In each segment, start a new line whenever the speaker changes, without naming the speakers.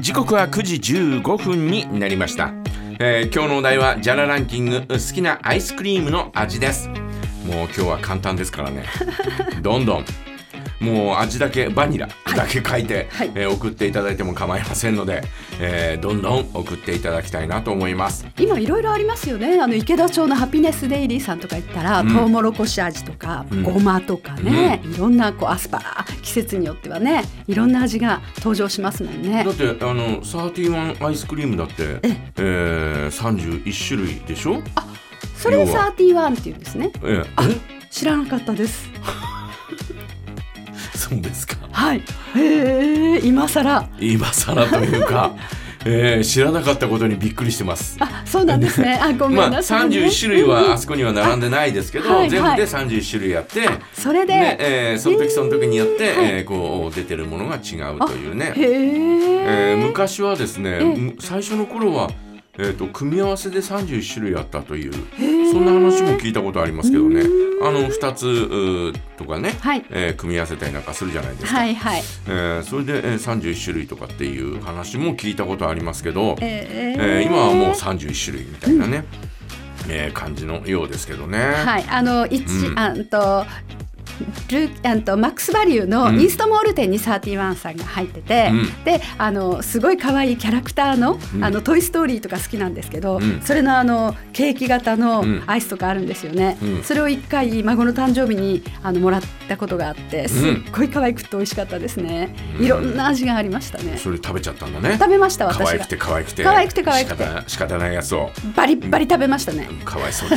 時刻は9時15分になりました、えー今日のお題はジャラランキング好きなアイスクリームの味ですもう今日は簡単ですからねどんどんもう味だけバニラだけ書いて、
はい
えー送っていただいても構いませんので、えーどんどん送っていただきたいなと思います
今いろいろありますよねあの池田町のハピネスデイリーさんとか行ったら、
うん
トウモロコシ味とか、
ん
ごまとかね、いろんなこうアスパラ季節によってはねいろんな味が登場しますもんね
だってあのサーティワンアイスクリームだって
え、
えー、31種類でしょ
それで
要は
サーティワンっていうんですね
えー
知らなかったです
えそうですか
はいへえ今更
今更という か、えー知らなかったことにびっくりしてます。
あそうなんで すねあごめ
ま
ん
あ
なさい、ね、
31種類はあそこには並んでないですけど、
はいはい
全部で31種類あって、
それで、
ねえーその時その時によって、えーこう出てるものが違うという
へ
ね、え
え
ー昔はですね、
え
む最初の頃は、えー、と組み合わせで31種類あったという
へえ
そんな話も聞いたことありますけどねあの2つうーとかね、
はい
えー組み合わせたりなんかするじゃないですか。
はいはい
えーそれで、えー31種類とかっていう話も聞いたことありますけど、え
え
ー今はもう31種類みたいなね、えー感じのようですけどね。
はい、あの一、
うん
あんと。ルーあんとマックスバリューの
うん
イーストモール店にサーティワンさんが入ってて、
うん
であのすごい可愛いキャラクターの「
うん
あのトイ・ストーリー」とか好きなんですけど、
うん
それのあのケーキ型の
うん
アイスとかあるんですよね、
うん
それを一回孫の誕生日にあのもらったことがあってすっごい可愛くて美味しかったですね、
うん
いろんな味がありましたね
それ食べちゃったんだね
食。べました
可
私
愛
が
くて可愛くて
可愛くて可愛くて
仕方な仕方ないやつを
バリッバリ食べましたね
うんかわいそう に。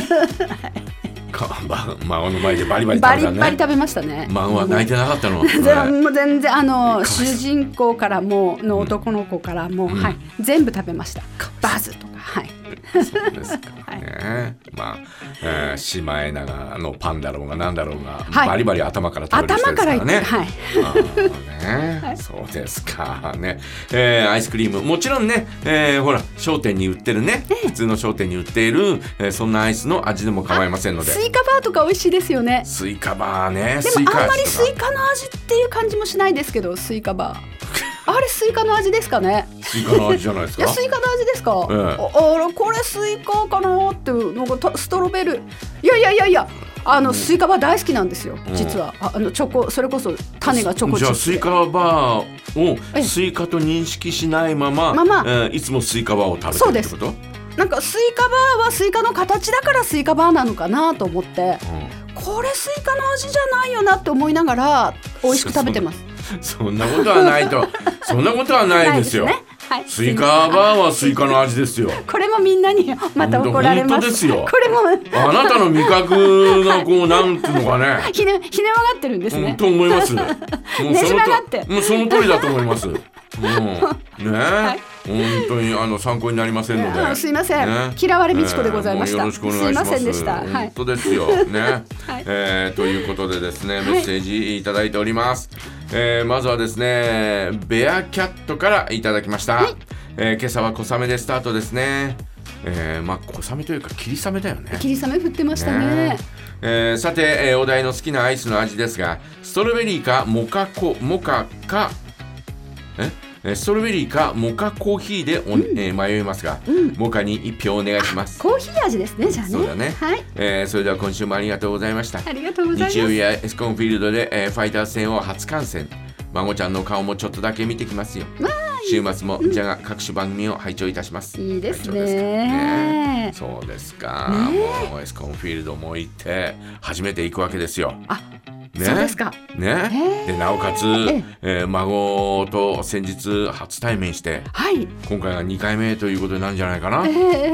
かま孫の前でバリバリ食
バ
べ
リ
た
ッバリ
ね。
食べましたね
孫は泣いてなかった の。
全然もう全然あ
かわ
の
いそう
主人公からもうの男の子からもう、
うん
はい全部食べましたバズとかはい
そうですかね。まあ、えー、シマエナガのパンだろうがなんだろうが、
はい
バリバリ頭から食べる人
頭
です
か
からら
いって
ね。
はい
あーねそうですかね、えーアイスクリームもちろんね、えーほら商店に売ってるね普通の商店に売っている、えーそんなアイスの味でも構いませんので
スイカバーとか美味しいですよね
スイカバーね
でもあんまりス
味
イ
とか
カの味っていう感じもしないですけどスイカバー あれスイカの味ですかね
スイカの味じゃないです
いや
か
スイカの味ですか、
ええ
ああらこれスイカかなってなんかたストロベルいやいやいやいやあの、スイカバー大好きなんですよ
うん
実は、ああのチョコそれこそ種がチョコチ
じ
ッ
ゃあ
プ
スイカバー
え
を
え
スイカと認識しないまま
まま
えーいつもスイカバーを食べてるってこと
なんかスイカバーはスイカの形だからスイカバーなのかなと思ってこれスイカの味じゃないよなって思いながら美味しく食べてます。
うんそんなことはないとそんなことはないですよ
ないですねはい、
スイカバーはスイカの味ですよ
これもみんなにまた怒られます。
本当ですよ
これも
あなたの味覚がこうなんていうのかね
ひねひね曲がってるんです
うん、
ね。
と思い ます。もう
ねじ曲がっ
と
て
もうその通りだと思います。 うん、ねえ、本当にあの参考になりませんの
あ
で。
のすいません
ね
嫌われみちこでございました
ええもうよろしくお願いします。
すいませんでしたはい
本当ですよ。ね、
はい
えーということでですね、
い
メッセージいただいております。えーまずはですね、ベアキャットからいただきました。えー今朝は小雨でスタートですね。えーまあ小雨というか霧雨だよね。
霧雨降ってました
ね
ね。
えーさて、えーお題の好きなアイスの味ですがストロベリーかモカコモカかええーストロベリーかモカコーヒーでお、えー迷いますが、モカに1票お願いします、
コーヒー味ですねじゃあね。
そうだね
はい
えーそれでは今週もありがとうございました
ありがとうございます。
日曜日はエスコンフィールドで、えーファイターズ戦を初観戦孫ちゃんの顔もちょっとだけ見てきますよ週末もじゃが各種番組を拝聴いたします
いいです
拝聴か
ね。
そうですか、
ね
もうエスコンフィールドも行って初めて行くわけですよ。
あ、
ね
そうですか。
ね
へ、ー
でなおかつ、
え
えー孫と先日初対面して
はい。
今回が2回目ということになるんじゃないかな。
え
ね
ー、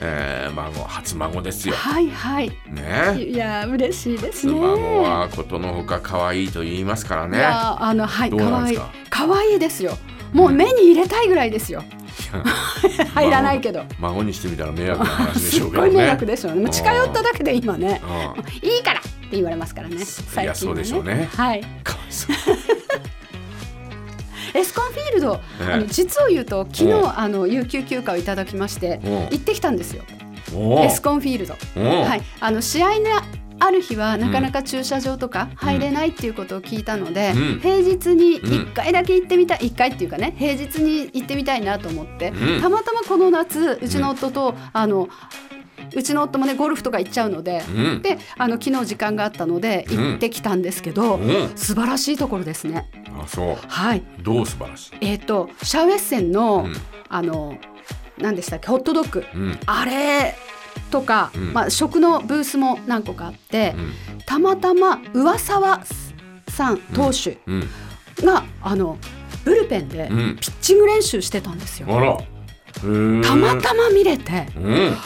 えー孫初孫ですよ。
はいはい。
ね
いや嬉しいです
初
ね。
孫はことのほか可愛いと言いますから
い
ね。
やあのはい
どうな
可
んで
愛
す
い
か
可愛いですよ。もう目に入れたいぐらいですよ。 入らないけど。
孫にしてみたら迷惑な話でし
す
ょ
っ
うけど
ごい
ね。
迷惑でしょうね。もう近寄っただけで今ね
う、ん
いいからって言われますからね。最近はね
そうでしょうね
はい。
かわいそう
エスコンフィールド、
ええ
あの実を言うと昨
うん
日あの有給休暇をいただきまして
うん
行ってきたんですよ。
おう
エスコンフィールド。
おう
はい。あの試合のある日はなかなか駐車場とか入れないっていうことを聞いたので、
うん
平日に1回だけ行ってみたい1回っていうかね平日に行ってみたいなと思って、
うん
たまたまこの夏うちの夫と、あのうちの夫もねゴルフとか行っちゃうので、
うん
であの昨日時間があったので
うん
行ってきたんですけど、
うん
素晴らしいところですね。
あそう
はい
どう素晴らしい
えっ、とシャウエッセンの、
うん
あの何でしたっけホットドッグ
うん
あれとか、
うん
まあ食のブースも何個かあって、たまたま上沢さん投手
うんうん
が、あのブルペンで
うん
ピッチング練習してたんですよ。
あらへえ
たまたま見れて
うん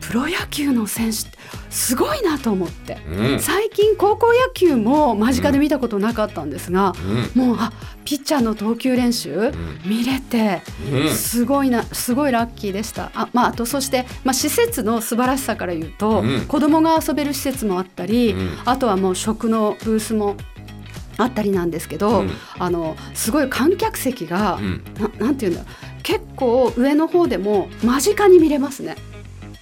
プロ野球の選手ってすごいなと思って。
うん
最近高校野球も間近で見たことなかったんですが、
う
もうあピッチャーの投球練習見れて
んうん
すごいなすごいラッキーでしたあ,、まあ、あとそして、まあ、施設の素晴らしさから言うと、
うん
子供が遊べる施設もあったり、
うん
あとはもう食のブースもあったりなんですけ
う
ど、
ん
あのすごい観客席が、
うん
ななんていうんだろう結構上の方でも間近に見れますね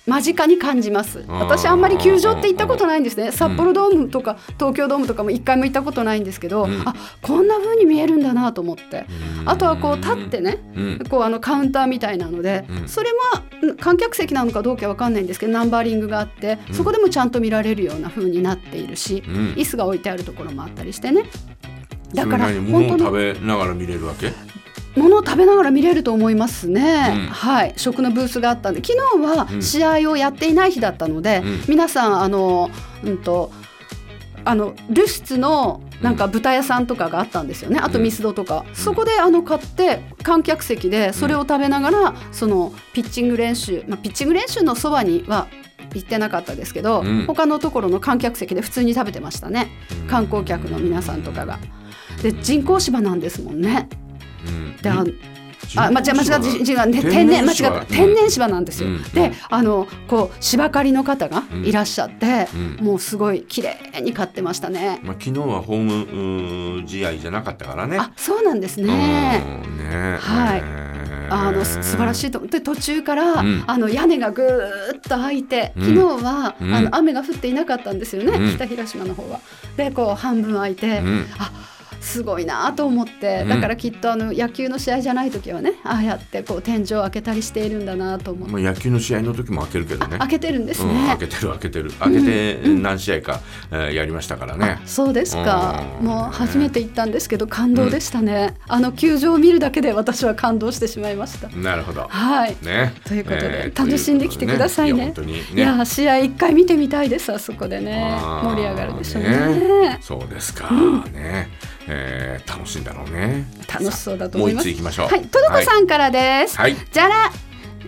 間近に感じます
ー
私あんまり球場って行ったことないんですね札幌ドームとか東京ドームとかも一回も行ったことないんですけど、
うん
あこんな風に見えるんだなと思ってあとはこう立ってね
うん
こうあのカウンターみたいなので、
うん
それはうん観客席なのかどうかわかんないんですけどナンバーリングがあって
うん
そこでもちゃんと見られるような風になっているし、
うん
椅子が置いてあるところもあったりしてね
だ
だ
か
か
らら
本
物
当
を
に
食べながら見れるわけ
物を食べながら見れると思いますね、
ん
はい食のブースがあったんで昨日
う
は
ん
試合をやっていない日だったので、
うん
皆さんあのうんとあのルスツのなんか豚屋さんとかがあったんですよねあと
うん
ミスドとか、そこであの買って観客席でそれを食べながらそのピッチング練習、まあ、ピッチング練習のそばには行ってなかったですけど、
うん
他のところの観客席で普通に食べてましたね観光客の皆さんとかが。で人工芝なんですもんね。
うん
であのあ、
うん
まあ、じゃあ、間違っ
人工
た、違う、ね、
天
天
然
然、間
芝
違った、天然芝なんですよ。
うん
で、あの、こう、芝刈りの方が
うん
いらっしゃって、
うん
もうすごい綺麗に刈ってましたね。
まあ、昨日はホームうー試合じゃなかったからね。
あ、そうなんですね。
うんね
はい
ね
あのす素晴らしいとで途中から、
うん
あの屋根がぐーっと開いて
うん
昨日は、
うん
あの雨が降っていなかったんですよね、
うん
北広島の方は。でこう半分開いて、
うん
あすごいなと思って、
うん
だからきっとあの野球の試合じゃない時はねああやってこう天井開けたりしているんだなと思って
まあ、野球の試合の時も開けるけどね。
開けてるんです
うん、
ね
開。けてる開けてる開けて何試合か、えーやりましたからね。
そうですか。
うん
もう初めて行ったんですけど感動でしたね。あの球場を見るだけで私は感動してしまいました。
なるほど。
はい。
ね。
ということで
ということ
楽しんできてくださいね
や本当に
い
ね。
や試合一回見てみたいですあそこでね
あー
盛り上がるでしょうね
ねそうですか、ね、えー楽しいんだろうね。
楽しそうだと
も
思
う一
いま
つ
す
行きましょう。
はいとどこさんからです、
はい。
じゃら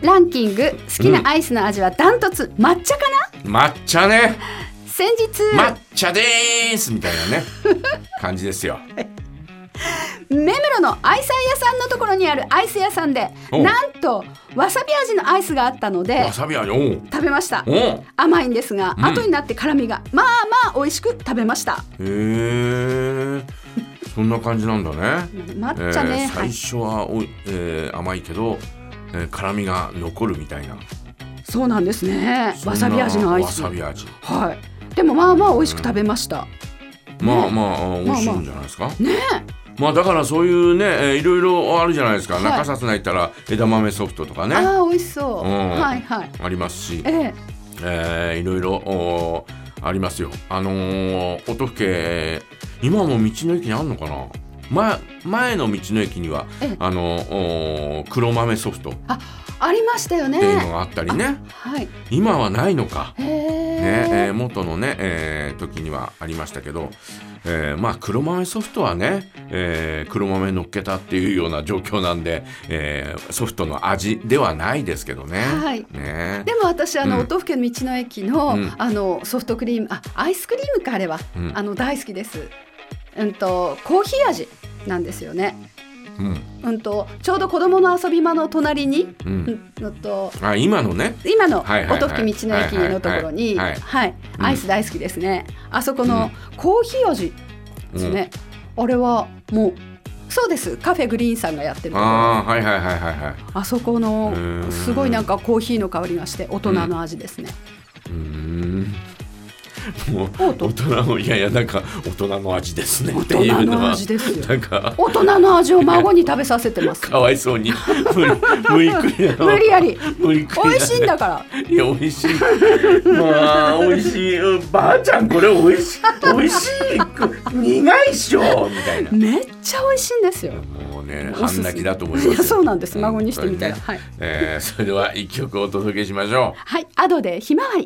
ランキング好きなアイスの味はダントツ抹茶かな
抹茶ね。
先日、
抹茶でーすみたいな ね感じですよ。
目黒のアイス屋さんのところにあるアイス屋さんで
お
なんとわさび味のアイスがあったので
わさび味おう
食べました
おうへ
甘いんですが、
うん
後になって辛みがまあまあ美味しく食べました
えそんな感じなんだね。
抹茶
えー
ね、は
最
い、
初はおい、えー甘いけど、えー辛みが残るみたいな。
そうなんですね
そんな
わさび味のアイス
わさび味。
はいでもまあまあ美味しく食べました、
まあまあ、美味しいんじゃないですか。ねまあだからそういうね、えーいろいろあるじゃないですか。
はい
中札内行ったら枝豆ソフトとかね。
ああ美味しそう、
うん
はいはい
ありますし、
ええ
えーいろいろおーありますよ。あのー、音更えー今も道の駅にあんのかな前前の道の駅には
ええ
あのーおー黒豆ソフトっ
あありましたよね
ていうのがあったりね、
はい
今はないのか、
へ
ねえ
え、
ー元のね、えー時にはありましたけど、えーまあ黒豆ソフトはね、えー黒豆乗っけたっていうような状況なんで、えーソフトの味ではないですけどね。
はい
ね
でも私あの、
うん
お豆腐家の道の駅の、
うん
あのソフトクリームあアイスクリームかあれは、
うん
あの大好きですうんとコーヒー味なんですよね
うん
うんとちょうど子供の遊び場の隣に
うん
のと
あ今のね
今の
はいはいはい
音吹き道の駅のところに
はいはいはい
はい
うん
アイス大好きですね、あそこ
うん
のコーヒー味ですね、あれはもうそうですカフェグリーンさんがやってるところ
あ
あ
あはいはいはいはいはい
そこ
へー
のすごいなんかコーヒーの香りがして大人の味ですね、
うーんもう
おうと
大人のいやいやなんか大人の味ですねっていう
大人
の
の
は
味ですよ
なんか
大人の味を孫に食べさせ てます
かわいそうに無理無理くりだな
無理やり
無理くりだね
美味しいんだから
いや美味しいまあ美味しいうんばあちゃんこれ美味しい美味しい苦いっしょみたいな
めっちゃ美味しいんですよ
もうね
おすす
半
め
泣きだと思いますよ
いやそうなんです孫にしてみたら
うん
はい
えーそれでは一曲お届けしましょう
はいアドでひまわり